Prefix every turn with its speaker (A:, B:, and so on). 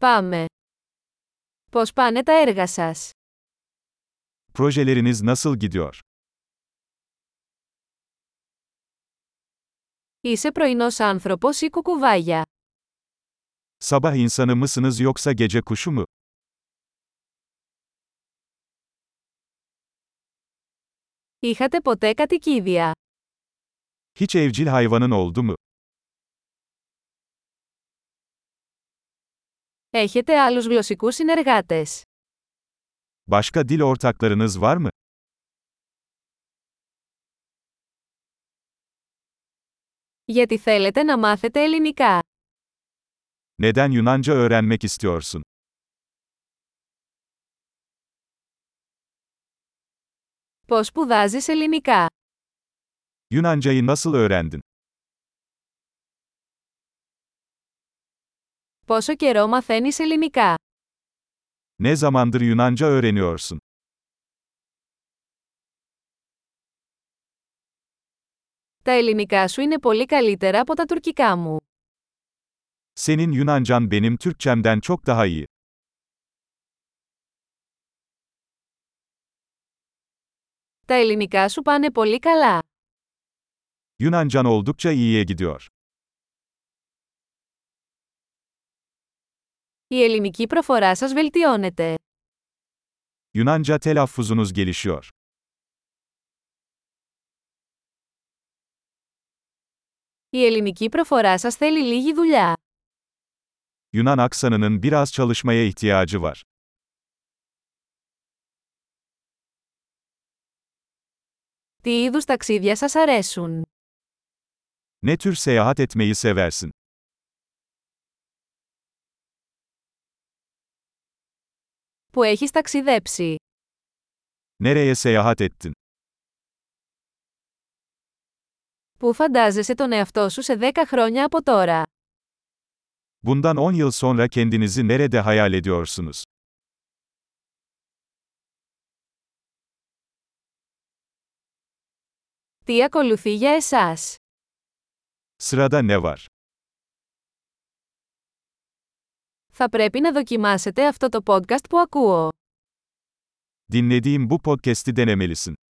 A: Πάμε. Πώς πάνε τα έργα σας?
B: Projeleriniz nasıl gidiyor?
A: Είσαι πρωινός άνθρωπος ή κουκουβάγια.
B: Sabah insanı mısınız yoksa gece kuşu mu?
A: Είχατε ποτέ κατοικίδια.
B: Hiç evcil hayvanın oldu mu?
A: Έχετε άλλους γλωσσικούς συνεργάτες.
B: Başka dil ortaklarınız var mı?
A: Γιατί θέλετε να μάθετε ελληνικά.
B: Neden Yunanca öğrenmek istiyorsun?
A: Πώς σπουδάζεις ελληνικά.
B: Yunancayı nasıl öğrendin?
A: Πόσο καιρό μαθαίνεις ελληνικά.
B: Ne zamandır Yunanca öğreniyorsun?
A: Τα ελληνικά σου είναι πολύ καλύτερα από τα τουρκικά μου.
B: Senin Yunancan benim Türkçemden çok daha iyi.
A: Τα ελληνικά σου πάνε πολύ καλά.
B: Yunancan oldukça iyiye gidiyor.
A: Η ελληνική προφορά σας βελτιώνεται.
B: Yunanca telaffuzunuz gelişiyor.
A: Η ελληνική προφορά σας θέλει λίγη δουλειά.
B: Yunan aksanının biraz çalışmaya ihtiyacı var.
A: Τι είδους ταξίδια σας αρέσουν.
B: Ne tür seyahat etmeyi seversin?
A: Που έχεις ταξιδέψει.
B: Nereye seyahat ettin?
A: Πού φαντάζεσαι τον εαυτό σου σε 10 χρόνια από τώρα.
B: Bundan 10 yıl sonra kendinizi nerede hayal ediyorsunuz?
A: Τι ακολουθεί για εσάς.
B: Sırada ne var?
A: Θα πρέπει να δοκιμάσετε αυτό το podcast που ακούω.
B: Dinlediğim bu podcast'i denemelisin.